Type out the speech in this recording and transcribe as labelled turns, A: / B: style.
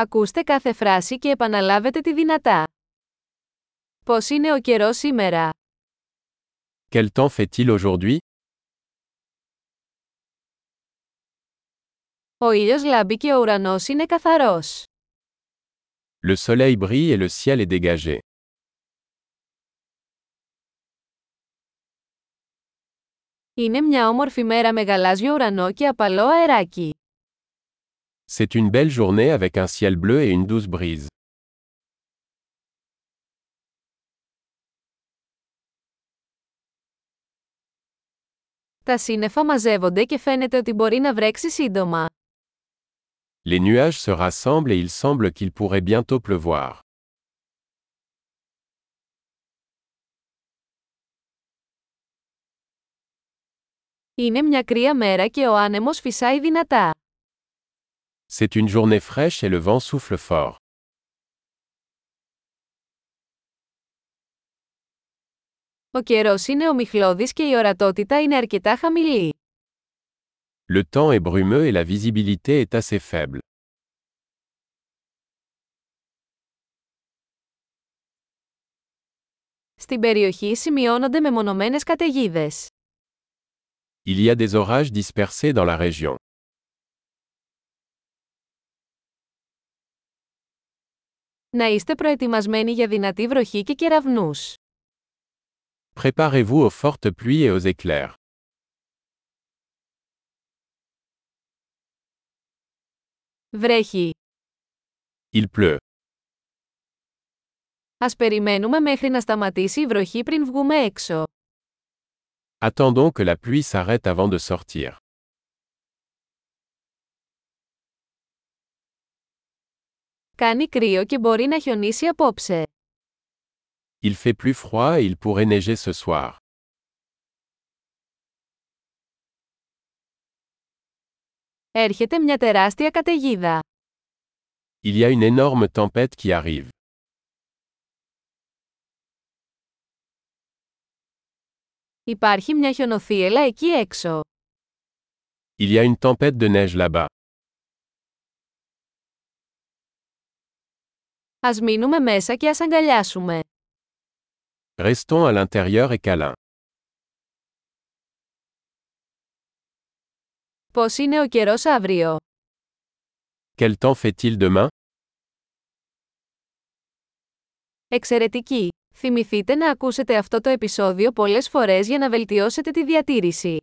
A: Ακούστε κάθε φράση και επαναλάβετε τη δυνατά. Πώς είναι ο καιρός σήμερα?
B: Quel temps fait-il aujourd'hui
A: Ο ήλιος λάμπει και ο ουρανός είναι καθαρός.
B: Le soleil brille et le ciel est dégagé.
A: Είναι μια όμορφη μέρα με γαλάζιο ουρανό και απαλό αεράκι.
B: C'est une belle journée avec un ciel bleu et une douce brise.
A: Τα σύννεφα μαζεύονται και φαίνεται ότι μπορεί να βρέξει σύντομα.
B: Les nuages se rassemblent et il semble qu'il pourrait bientôt pleuvoir.
A: Είναι μια κρύα μέρα και ο άνεμος φυσάει δυνατά.
B: C'est une journée fraîche et le vent souffle fort.
A: Ο καιρός είναι ομιχλώδης και η ορατότητα είναι αρκετά χαμηλή.
B: Le temps est brumeux et la visibilité est assez faible.
A: Στην περιοχή σημειώνονται μεμονωμένες καταιγίδες.
B: Il y a des orages dispersés dans la région.
A: Να είστε προετοιμασμένοι για δυνατή βροχή και κεραυνούς.
B: Préparez-vous aux fortes pluies et aux éclairs.
A: Βρέχει.
B: Il pleut.
A: Ας περιμένουμε μέχρι να σταματήσει η βροχή πριν βγούμε έξω.
B: Attendons que la pluie s'arrête avant de sortir.
A: Κάνει κρύο και μπορεί να χιονίσει απόψε.
B: Il fait plus froid et il pourrait neiger ce soir.
A: Έρχεται μια τεράστια καταιγίδα.
B: Il y a une énorme tempête qui arrive.
A: Υπάρχει μια χιονοθύελα εκεί έξω.
B: Il y a une tempête de neige là-bas.
A: Ας μείνουμε μέσα και ας αγκαλιάσουμε.
B: Restons à l'intérieur et câlin.
A: Πώς είναι ο καιρός αύριο?
B: Quel temps fait-il demain
A: Εξαιρετική! Θυμηθείτε να ακούσετε αυτό το επεισόδιο πολλές φορές για να βελτιώσετε τη διατήρηση.